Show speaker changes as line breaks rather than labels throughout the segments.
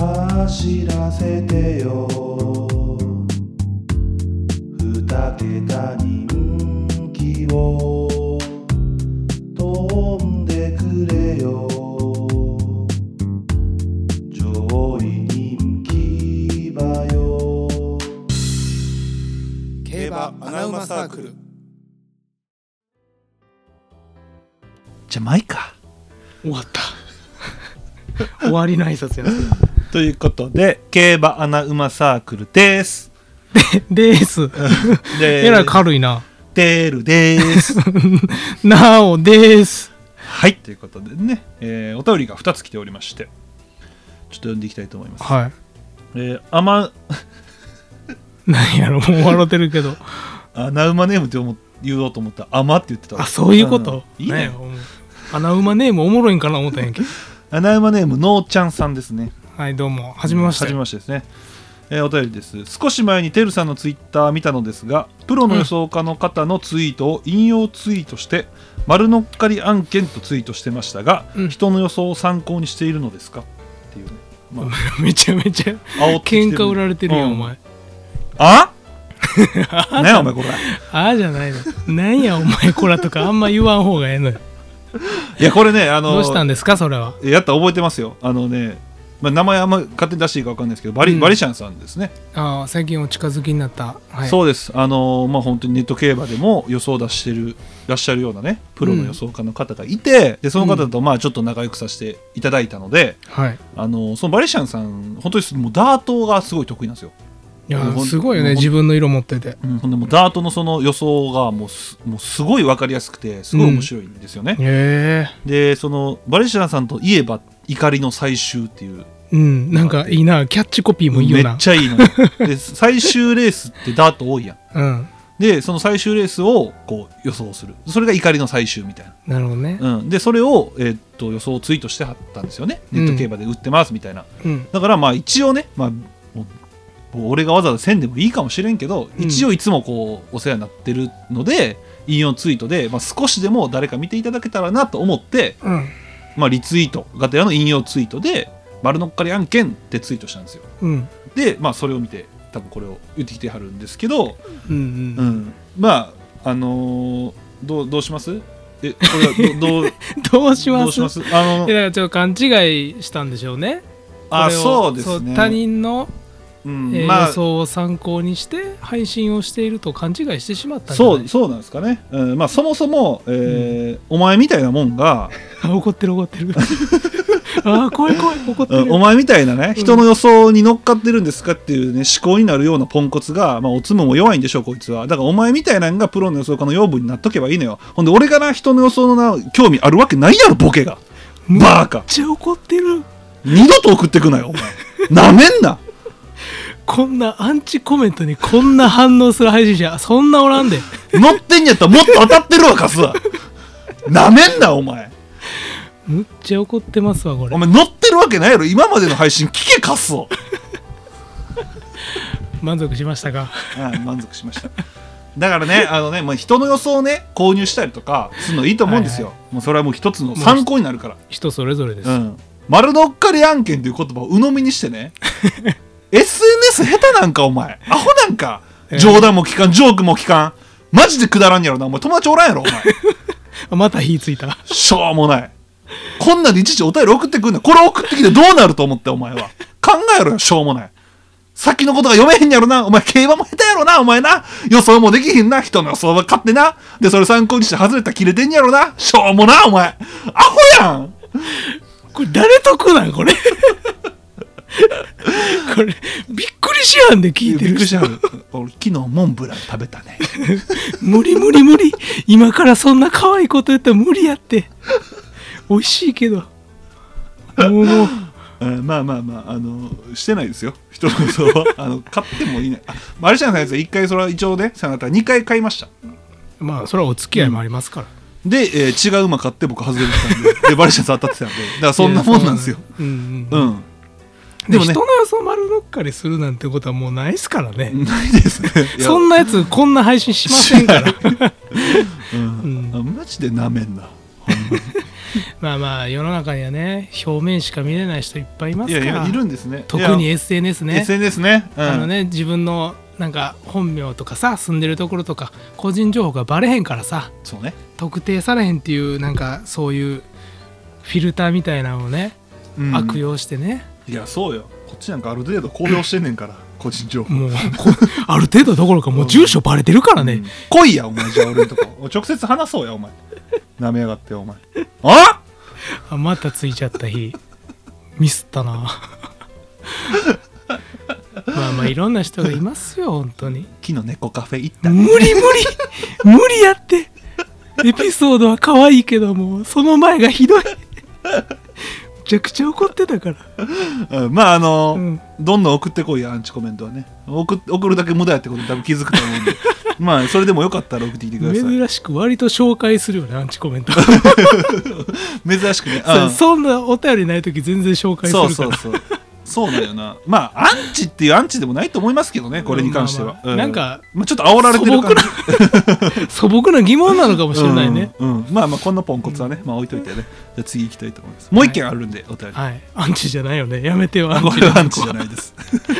走らせてよ二桁人気を飛んでくれよ上位人気馬よ
競馬アナウマサークル
じゃマイか
終わった 終わりの挨拶やな
ということで競馬アナウマサークルです
でです
で
えらい軽いな
テールです
なおです
はい、ということでね、えーお便りが2つ来ておりまして、ちょっと読んでいきたいと思います。
は
えー、アマ、
いなんやろもう笑ってるけど
アナウマネームって思言おうと思ったら、アマって言ってたわ
あそういうこと
うんいいね。
ほんま穴馬ネームおもろいんかな思ったんやけど
アナウマネーム、のーちゃんさんですね。
はいどうもはじめまして
はじめましてですね。えーお便りです少し前にテルさんのツイッター見たのですがプロの予想家の方のツイートを引用ツイートして、丸乗っかり案件とツイートしてましたが、
うん
人の予想を参考にしているのですかっていうね、まあ、
めちゃめちゃ
煽ってきてる
喧嘩売られてるよ、
うん
お前
あ何やお前これ
ああじゃないのなんやお前こらとかあんま言わん方がええの よ
いやこれねあの
どうしたんですかそれは
やったら覚えてますよあのね、まあ、名前あんま勝手に出していいか分かんないですけどバリ,、
うん
バリシャンさんですね、
ああ最近お近づきになった、はい、
そうですあのまあ本当にネット競馬でも予想出してるらっしゃるようなねプロの予想家の方がいて、でその方とまあちょっと仲良くさせていただいたので、
はい
あのそのバリシャンさん本当にもうダートがすごい得意なんですよ、
いや
もうほん
すごいよね
もうほん
自分の色持ってて
うん、ほんでもうダートのその予想がもうすもうすごい分かりやすくてすごい面白いんですよね、
へえ
でそのバリシャンさんといえば怒りの最終っていう
うんなんかいいなキャッチコピーもいいよ
め
な
っちゃいいのよで最終レースってダート多いやん
うん
でその最終レースをこう予想するそれが怒りの最終みたい
なるほどね
な、うん、でそれを、えーっと予想をツイートしてはったんですよねネット競馬で売ってますみたいな、
うん
だからまあ一応ね、まあ、もうもう俺がわざわざせんでもいいかもしれんけど、
うん
一応いつもこうお世話になってるので引用ツイートで、まあ、少しでも誰か見ていただけたらなと思って、
うん
まあ、リツイートがてらの引用ツイートで「丸乗っかり案件」ってツイートしたんですよ
うん
で、まあ、それを見て多分これを言ってきてはるんですけど、
うんう
うんん、まああのーどうどうしますえこれはどどう
どうします
どうしますあの
いやだからちょっと勘違いしたんでしょうね
あ
これを
そうです
そ
ね
う他人の、
うん
えー
まあ
予
そ
想を参考にして配信をしていると勘違いしてしまったんじゃないう
そうなんですかね、うんまあ、そもそも、えーお前みたいなもんが、
あ 怒ってる怒 ってるあー怖い怖い怒って
う
る、
んお前みたいなね人の予想に乗っかってるんですかっていうね思考になるようなポンコツが、まあ、おつむも弱いんでしょうこいつはだからお前みたいなんがプロの予想家の養分になっとけばいいのよほんで俺がな人の予想のな興味あるわけないやろボケがバーカ
めっちゃ怒ってる
二度と送ってくなよお前なめんな
こんなアンチコメントにこんな反応する配信者そんなおらんで
乗ってんやったらもっと当たってるわカスはなめんなお前
むっちゃ怒ってますわこれ
お前乗ってるわけないやろ今までの配信聞けカスを
満足しました か
はい、満足しました。だから ね、あのね、まあ、人の予想をね、購入したりとか、するのいいと思うんですよ。もうそれはもう一つの参考になるから。
人それぞれです、
うん。丸乗っかり案件という言葉を鵜呑みにして ね。SNS 下手なんか、お前。アホなんか。冗談も聞かん、ジョークも聞かん。マジでくだらんやろな。お前、友達おらんやろ、お前。
あまた火ついた
しょうもない。こんなんでいちいちお便り送ってくんねんこれ送ってきてどうなると思って、お前は。考えろよ、しょうもない。先のことが読めへんやろな。お前、競馬も下手やろな、お前な。予想もできへんな。人の予想は勝ってな。で、それ参考にして外れたら切れてんやろな。しょうもな、お前。アホやん。
これ誰得なんこれ これびっくりしやんで聞いて
びっ
る
くりし
人
た。俺、昨日モンブラン食べたね。
無理無理無理今からそんな可愛いこと言ったら無理やって美味しいけどもうもう
うんまあまあまあ、あの、してないですよ。人の予想は。あの、買ってもいない。あ、マルシャンさんのやつは一回、それは一応ね、さよなら二回買いました。
まあそれはお付き合いもありますから、
で、えー違う馬買って僕外れてたんででバレシャンさん当たってたんでだからそんなもんなんですよ
いやそうなんですう
う
んうん
ん
で
でも
も
ね
人の予想丸乗っかりするなんてことはもうないですからね、
ないですねい や
そんなやつこんな配信しませんから
うんあマジでなめんなほんまに
まあまあ世の中にはね表面しか見れない人いっぱいいます
い
から
やいやいるんですね
特
い
に
や
SNS ね
SNS ね,、うん、
あのね自分のなんか本名とかさ住んでるところとか個人情報がバレへんからさ
そうね
特定されへんっていうなんかそういうフィルターみたいなのをね、
うん
悪用してね
いやそうよこっちなんかある程度公表してんねんから個人情報
もうこある程度どころかもう住所バレてるからね、
うん来いやお前じゃあ俺んとこ直接話そうやお前なめやがってお前あ
あまたついちゃった日ミスった なまあまあいろんな人がいますよ本当に
昨日猫カフェ行った
無理無理無理やってエピソードは可愛いけどもうその前がひどいめちゃくちゃ怒ってたから
うん、まああの、
うん
どんどん送ってこいやアンチコメントはね送送るだけ無駄やってことに多分気づくと思 うんでまあそれでもよかったら送ってきてください珍
珍しく割と紹介するよねアンチコメント
しくね
そ
あ
そんなお便りない時全然紹介するから
そうそうそうそうだよなまあアンチっていうアンチでもないと思いますけどねこれに関しては、
まあまあなんか
まあ、ちょっと煽られてる感じ
素朴な疑 問なのかもしれないね、
うんうんまあまあこんなポンコツはね、まあ置いといてねじゃあ次行きたいと思いますもう一件あるんで、お便り
はいアンチじゃないよねやめてよアンチ
これはアンチじゃないです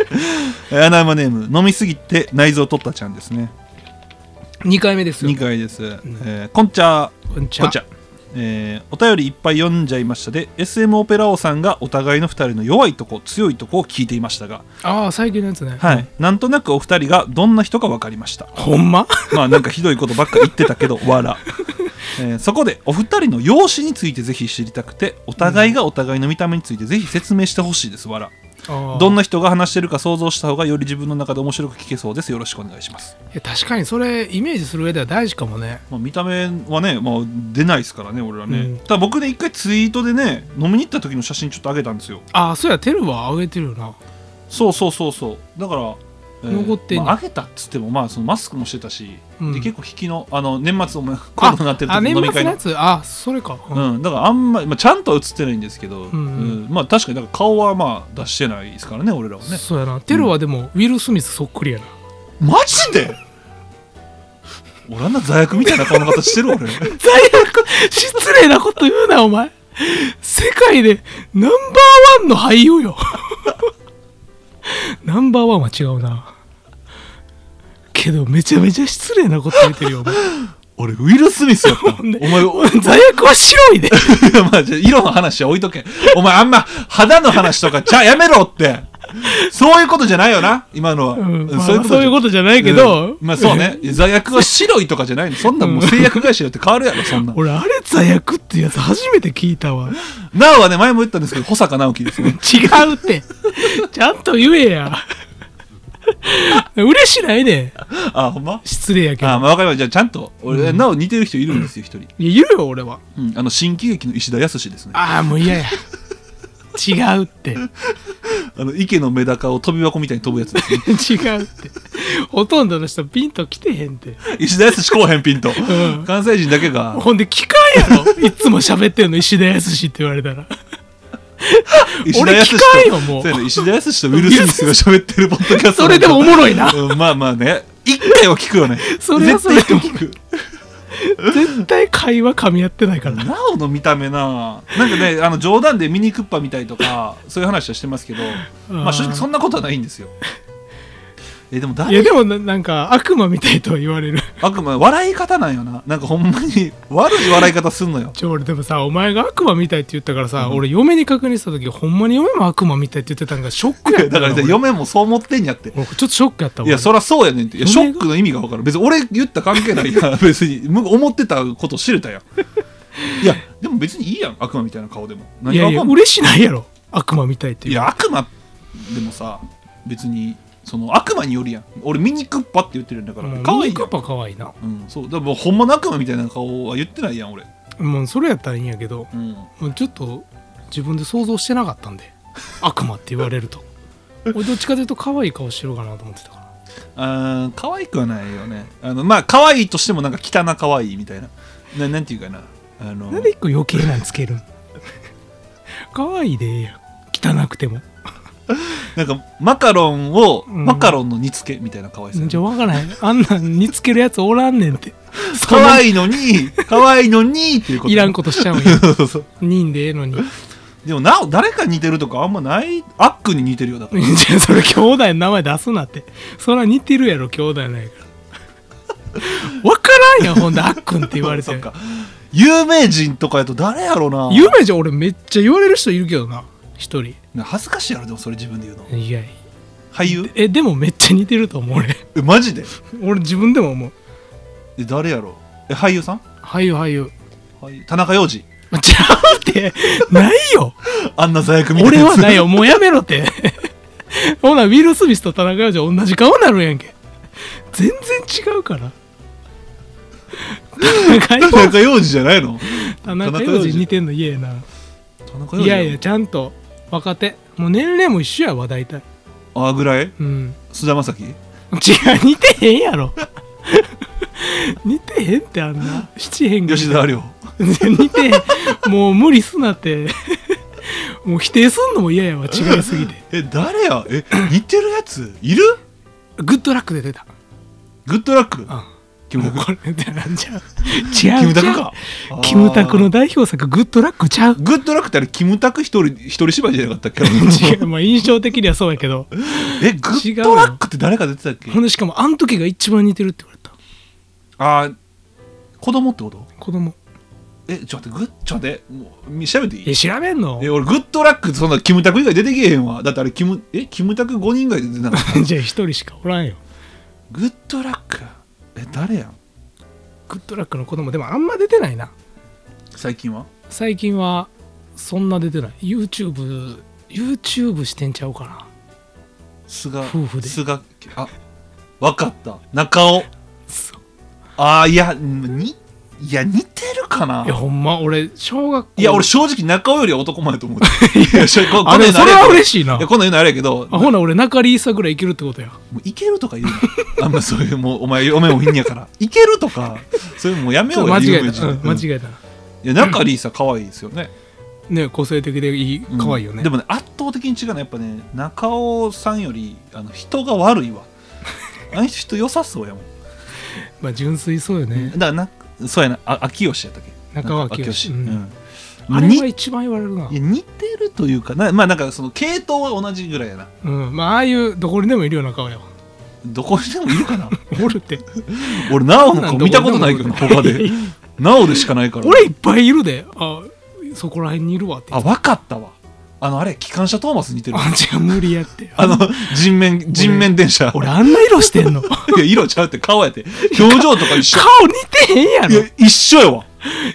えアナウマネーム飲みすぎて内臓取ったちゃんですね
2回目ですよ
2回です、えーこんちゃ
こんにち
こ
は
んちゃえーお便りいっぱい読んじゃいましたで SM オペラ王さんがお互いの2人の弱いとこ強いとこを聞いていましたが、
ああ最近のやつね
はい、なんとなくお二人がどんな人か分かりました
ほんま
まあなんかひどいことばっか言ってたけど笑、 えーそこでお二人の容姿についてぜひ知りたくてお互いがお互いの見た目についてぜひ説明してほしいです笑どん
な
な人が話してるか想像した方がより自分の中で面白く聞けそうですよろしくお願いします、
確かにそれイメージする上では大事かもね
まあ、見た目はね、まあ、出ないですからね俺らね、
うん
ただ僕ね一回ツイートでね飲みに行った時の写真ちょっとあげたんですよ
ああそうやテルはあげてるよな
そうそうそうそうだから、え
残ってんね
まあ、あげたっつってもまあそのマスクもしてたし、
うん
で結構引きのあの年末お前コロナになってる
ああ
時の
年
飲み
末
会
のや
の
つあそれか、うん
うん、だからあんまり、まあ、ちゃんとは映ってないんですけど、
んうん
うんまあ確かにだから顔はまあ出してないですからね俺らはね
そうやなテルはでもウィル・スミスそっくりやな
マジで俺あんな座悪みたいな顔の形してる俺
罪悪失礼なこと言うなお前世界でナンバーワンの俳優よ ナンバーワンは違うなけどめちゃめちゃ失礼なこと言ってる よお前
俺ウィル・スミスやったお前おい
罪悪は白 いで
やまあじゃあ色の話は置いとけお前あんま肌の話とかじゃあやめろってそういうことじゃないよな今のは、
うん
ん
まあそういうことじゃないけ
うん
ど
まあそうね座悪は白いとかじゃないのそんなんもう製薬会社によって変わるやろそんなん
俺あれ罪悪ってやつ初めて聞いたわ違
なおはね前も言ったんですけど保坂直樹ですね
うってちゃんと言えや嬉しないね
あほんま
失礼やけど
あまあわかりましたじゃあちゃんと俺、なお似てる人いるんですよ一人、
いや言うよ俺は
うんあの新喜劇の石田康ですねあ
ああもう 嫌や違うって
の池のメダカを飛び箱みたいに飛ぶやつですね
違うってほとんどの人ピンと来てへんって
石田康こうへんピンと、
ん
関西人だけが
ほんで聞かんやろいつも喋ってんの石田康って言われたら
石田康と
俺聞かんよもう
そうやね石田康とウィル・スミスが喋ってるポッドキャスト
それでもおもろいな
うんまあまあね一回は聞くよね
それはそれ
絶対一回聞く
絶対会話噛み合ってないから
なおの見た目ななんかねあの冗談でミニクッパみたいとかそういう話はしてますけどまあ正直そんなことはないんですよえでも
い
誰
やでもななんか悪魔みたいとは言われる
悪魔笑い方なんよななんかほんまに悪い笑い方すんのよ
ちょ俺でもさお前が悪魔みたいって言ったからさ、俺嫁に確認した時ほんまに嫁も悪魔みたいって言ってたんがショックやっ
だ
た
からさ
俺
嫁もそう思ってんやって
俺ちょっとショックやったわ
いやそりゃそうやねんっていやシ
嫁
ョ
が
ックの意味が分かる別に俺言った関係ないやん 別にむ思ってたこと知れたやんいやでも別にいいやん悪魔みたいな顔でも
い
何が
や
分
い
か
や
んない
嬉しないやろ悪魔みたいって
い
いう
や悪魔でもさ別にその悪魔によるやん俺ミニクッパって言ってるんだから
もう
可愛い
ミニ
や
クッ
ん
パ可愛いな
うん、そうだからもうほんまの悪魔みたいな顔は言ってないやん俺、
もうそれやったらいいんやけど
うん、
もうちょっと自分で想像してなかったんで 悪魔って言われると俺どっちかというと可愛い顔してるかなと思ってたから
あー可愛くはないよねあのまあ可愛いとしてもなんか汚可愛いみたいなななんていうかなあの
なんで一個余計なんつけるん 可愛いでええやん汚くても
なんかマカロンを、
うん
マカロンの煮付けみたいな可愛さ
じゃあ分からへんあんなん煮つけるやつおらんねんって
可愛いの に、可愛いのにっていうこと。
いらんことしちゃうんや
そうそう
人でええのにじ
でもなお、誰か似てるとかあんまない。あっくんに似てるよ、だから。
ゃあそれ兄弟の名前出すなってそら似てるやろ兄弟なんやから 分からんやんほんであっくんって言われて
そっか有名人とかやと誰やろうな。
有名じゃん俺めっちゃ言われる人いるけどな一人
な恥ずかしいやろ、でもそれ自分で言うの。
いや
俳優
えでもめっちゃ似てると思う俺
え、マジで
俺自分でも思う
え、誰やろうえ、俳優さん
俳優俳優
俳優田中洋次。
まちゃうってない よ
あんな罪悪みたいな
俺
やつ
はないよもうやめろって ほなウィル・スミスと田中洋次同じ顔になるやんけ全然違うから 田中
田
洋次
中洋次じゃないの
田中洋次似てんの嫌やな
田中洋次
いやいやちゃんと若手もう年齢も一緒やわ大体
あぐらい
うん
菅田将暉
違う似てへんやろ 似てへんってあんな七変化
吉田亮
似てもう無理すなってもう否定すんのも嫌やわ違いすぎて
え誰やえ似てるやついる
グッドラックで出た
グッドラック
あ
キム
こ
タク
れってなんじゃう
キ
違う
ムタク
違う
かあー
キムタクの代表作グッドラックちゃう
グッドラックってあれキムタク一人一人芝居じゃなかったっけ
違うまあ印象的にはそうやけど
えグッドラックって誰か出てたっけ
ほんでしかもあの時が一番似てるって言われた
あー子供ってこと
子供
えちょっと待ってグッちょっと待ってもうみ調べてい
え
い
調べんの
え俺グッドラックってそんなキムタク以外出てけえへんわだってあれキムえキムタク5人ぐらい出てなかった
じゃあ一人しかおらんよ
グッドラックえ誰やん
グッドラックの子供でもあんま出てないな
最近は
最近はそんな出てない YouTubeYouTube してんちゃうかな
菅
夫婦で
菅あわかった中尾
そう
あーいやにいや似てるかない
やほんま俺小学校
いや俺正直中尾よりは男前やと 思ういやしょここんな
あれ
言うの
それは
あやけど
嬉しいない
やこんなん言うのあれやけど
あほな俺中里依紗ぐらいいけるってことや
もういけるとか言うな あんまそういうもうお前嫁もいんやからいけるとかそういうのもうやめ
ちょ
よ
っ
う
と
よ
間違
有
え
名
た、
人
うん間
い
違えたな
や中里依紗可愛いですよね
ね個性的でいい
うん
可愛いよね、
でもね圧倒的に違うのはやっぱね中尾さんよりあの人が悪いわあの人人良さそうやもん
まあ純粋そうよね、
だからなそうやなあ秋吉やったっけ
中尾明
吉
慶
うんま
あ
あ
れ
に
は一番言われるない
や似てるというかなまあなんかその系統は同じぐらいやな
うんまあああいうどこにでもいるような顔 やわ
どこにでもいるか な
おるって
俺なおの顔見たことないけどな他でなおでしかないから
俺いっぱいいるであそこら辺にいるわって
あわかったわあのあれ機関車トーマス似 てる
あじゃあ無理やって
あの人面人面電車
俺あんな色してんの
いや色ちゃうって顔やって表情とか一緒
顔似てへんや
いや
ろ
一緒やわ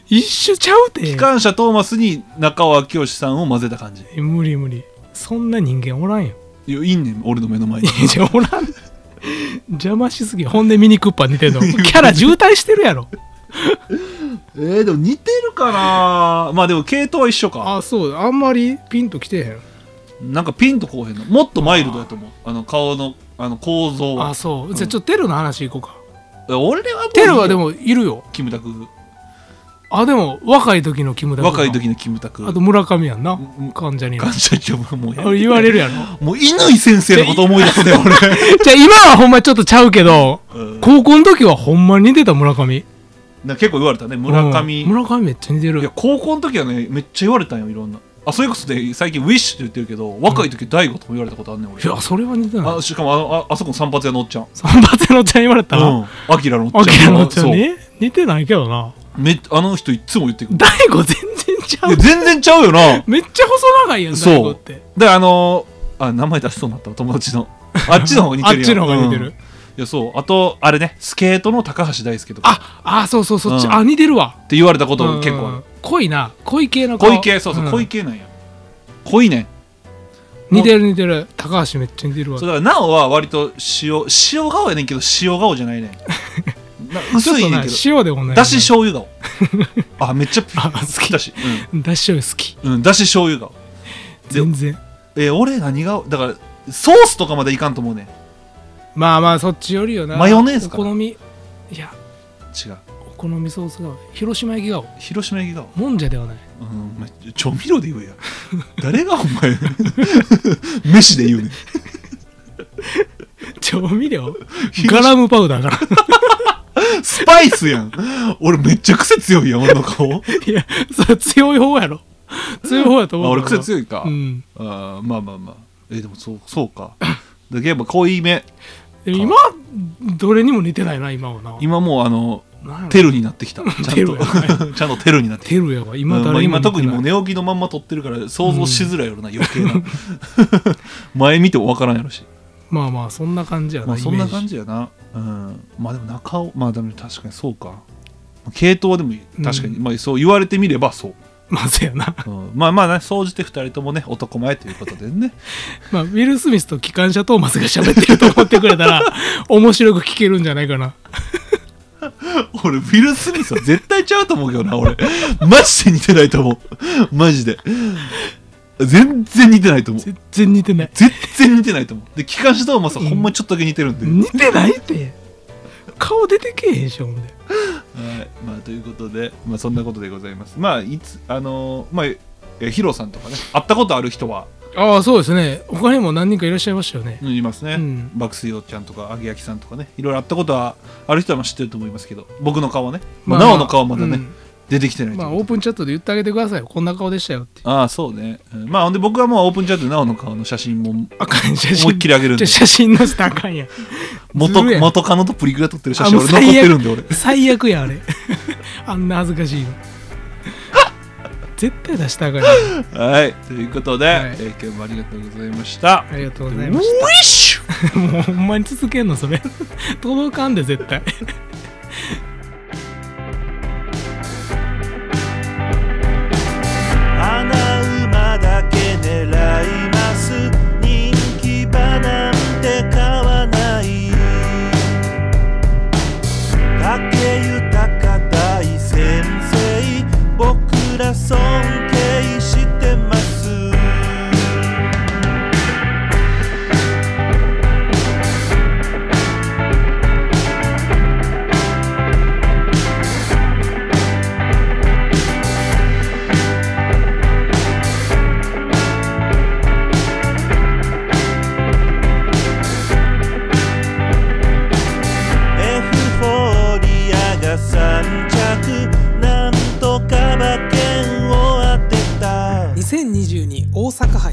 一緒ちゃうて
機関車トーマスに中尾明慶さんを混ぜた感じ
無理無理そんな人間おらんよ
いやいいねん俺の目の前
い
に
やじゃあおらん邪魔しすぎほんでミニクッパ似 てんのキャラ渋滞してるやろ
えー、でも似てるかなまあでも系統は一緒 か
あそうあんまりピンときてへん
なんかピンとこうへんのもっとマイルドやと思うあの顔のあの構造は
あそうじゃあちょっとテルの話いこうか
俺はもう
テルはでもいるよ
キムタク
あでも若い時のキムタク
若い時のキムタク
あと村上やんな
うん
患者に
感謝今日もうや
あ言われるやろ
もう乾先生のこと思い出すね
じゃあ今はほんまちょっとちゃうけど
俺、うん
高校の時はほんまに似てた村上
なんか結構言われたね村上、
うん村上めっちゃ似て
いや
る
高校の時はねめっちゃ言われたんよいろんなあそれこそで最近ウィッシュって言ってるけど若い時大悟とも言われたことあんねん俺
いやそれは似てない
あしかもあのああそこの散髪屋のおっちゃん
三発のおっちゃん言われた
うんアキラのおっちゃん
あきらのおっちゃんね似てないけどな
そうめあの人いっつも言ってくる
大悟全然ちゃ
いや
う
全然ちゃうよな
めっちゃ細長いやん
そう
大悟って
であのーあ名前出しそうになったわ 友達のあっちの方が似てるやん
あっちの方が似てる
うんいやそうあとあれねスケートの高橋大輔とか
ああそうそうそっち、
うん
あ似てるわ
って言われたことが結構ある、
うん濃いな濃い系の顔
濃い系そうそう、
ん
濃い系なんや濃いねん
似てる似てる高橋めっちゃ似てるわ
そうだからなおは割と塩塩顔やねんけど塩顔じゃないねんな薄いねんけど
ちょっとな塩でもない
だし 醤油顔あめっちゃ
あ好き
だし、
だし醤油好き
うんうん、だし醤油顔
全然
え俺何がだからソースとかまでいかんと思うねん
まあまあそっちよりよな
マヨネーズか
お
な
好みいや
違う
お好みソース顔広島焼き顔
広島焼き顔
もんじゃではない
うん、お前調味料で言え や誰がお前 飯で言うねん
調味料ガラムパウダーから
スパイスやん俺めっちゃ癖強いやん俺の顔
いやそれ強い方やろ強い方やと思
あ
う
俺癖強
い
いか、
うん
あーまあまあまあえでもそうそうかでゲーム濃いめ
でも今どれにも似てないな今はな
今もうあの
今
テルになっ てきたちゃ
テ
ん
ルや
と ちゃんとテルになってきた
テルやわ今
うんま
誰
あ
にも
今
似てない
特にもう寝起きのまんま撮ってるから想像しづらいよな、余計な 前見ても分からんやろし、
まあまあそんな感じやな、
まあ、そんな感
じ
じやな、うん、まあでも中尾まあでも確かにそうか系統はでも確かに、
う
まあそう言われてみればそう、
まあそうやな
うんまあまあね総じて2人ともね男前ということでね
まあウィル・スミスと機関車トーマスが喋ってると思ってくれたら 面白く聞けるんじゃないかな
俺ウィル・スミスは絶対ちゃうと思うけどな俺マジで似てないと思うマジで全然似てないと思う
全然似てない
全然似てないと思うで機関士トーマスはほんまにちょっとだけ似てるんで、
似てないって顔出てけえへんしょほんで
はい、まあということで、まあ、そんなことでございます。まあいつあのーまあえヒロさんとかね会ったことある人は
ああそうですね他にも何人かいらっしゃいましたよね
いますね、
うん
爆水王ちゃんとか揚げ焼きさんとかねいろいろ会ったことはある人はまあ知ってると思いますけど僕の顔はね、まあ、なおの顔はまだね、
うん
出てきてないと
まあ
思う
オープンチャットで言ってあげてくださいよこんな顔でしたよって
ああそうね、うんまあほんで僕はもうオープンチャットでなおの顔の写真も
あかん写真
思いっきりあげるん
じ
で
ゃ写真載せたらあかんやん
元
ずるい
元カノとプリクラ撮ってる写
あ
真
もう
俺残ってるんで俺
最悪やあれ あんな恥ずかしいの 絶対出したらあかんやん
はいということで、
はい
えー今日もありがとうございました
ありがとう
ウ
ご
ィ
ざいまし
ッシュ
た もうほんまに続けんのそれ 届かんで絶対
穴馬だけ狙います人気馬なんて買わない竹豊大先生僕ら尊敬してますエフフォーリアが3着なんとか馬券を当てた
2022大阪杯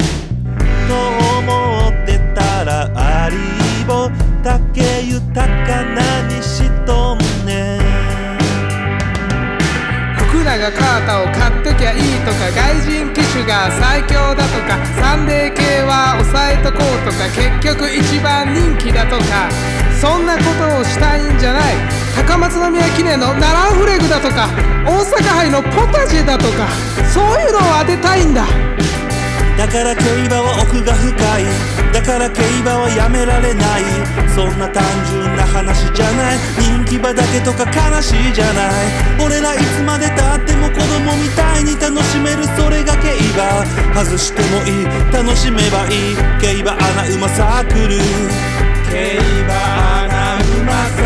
と思ってたらアリーボ竹豊何しとんねん
福永カータを買っときゃいいとか外人機種が最強だとかサンデー系は抑えとこうとか結局一番人気だとかそんなことをしたいんじゃない高松宮記念の奈良フレグだとか大阪杯のポタジェだとかそういうのを当てたいんだ
だから競馬は奥が深いだから競馬はやめられないそんな単純な話じゃない人気馬だけとか悲しいじゃない俺らいつまでたっても子供みたいに楽しめるそれが競馬外してもいい楽しめばいい競馬アナウマサークル競馬アナウマサ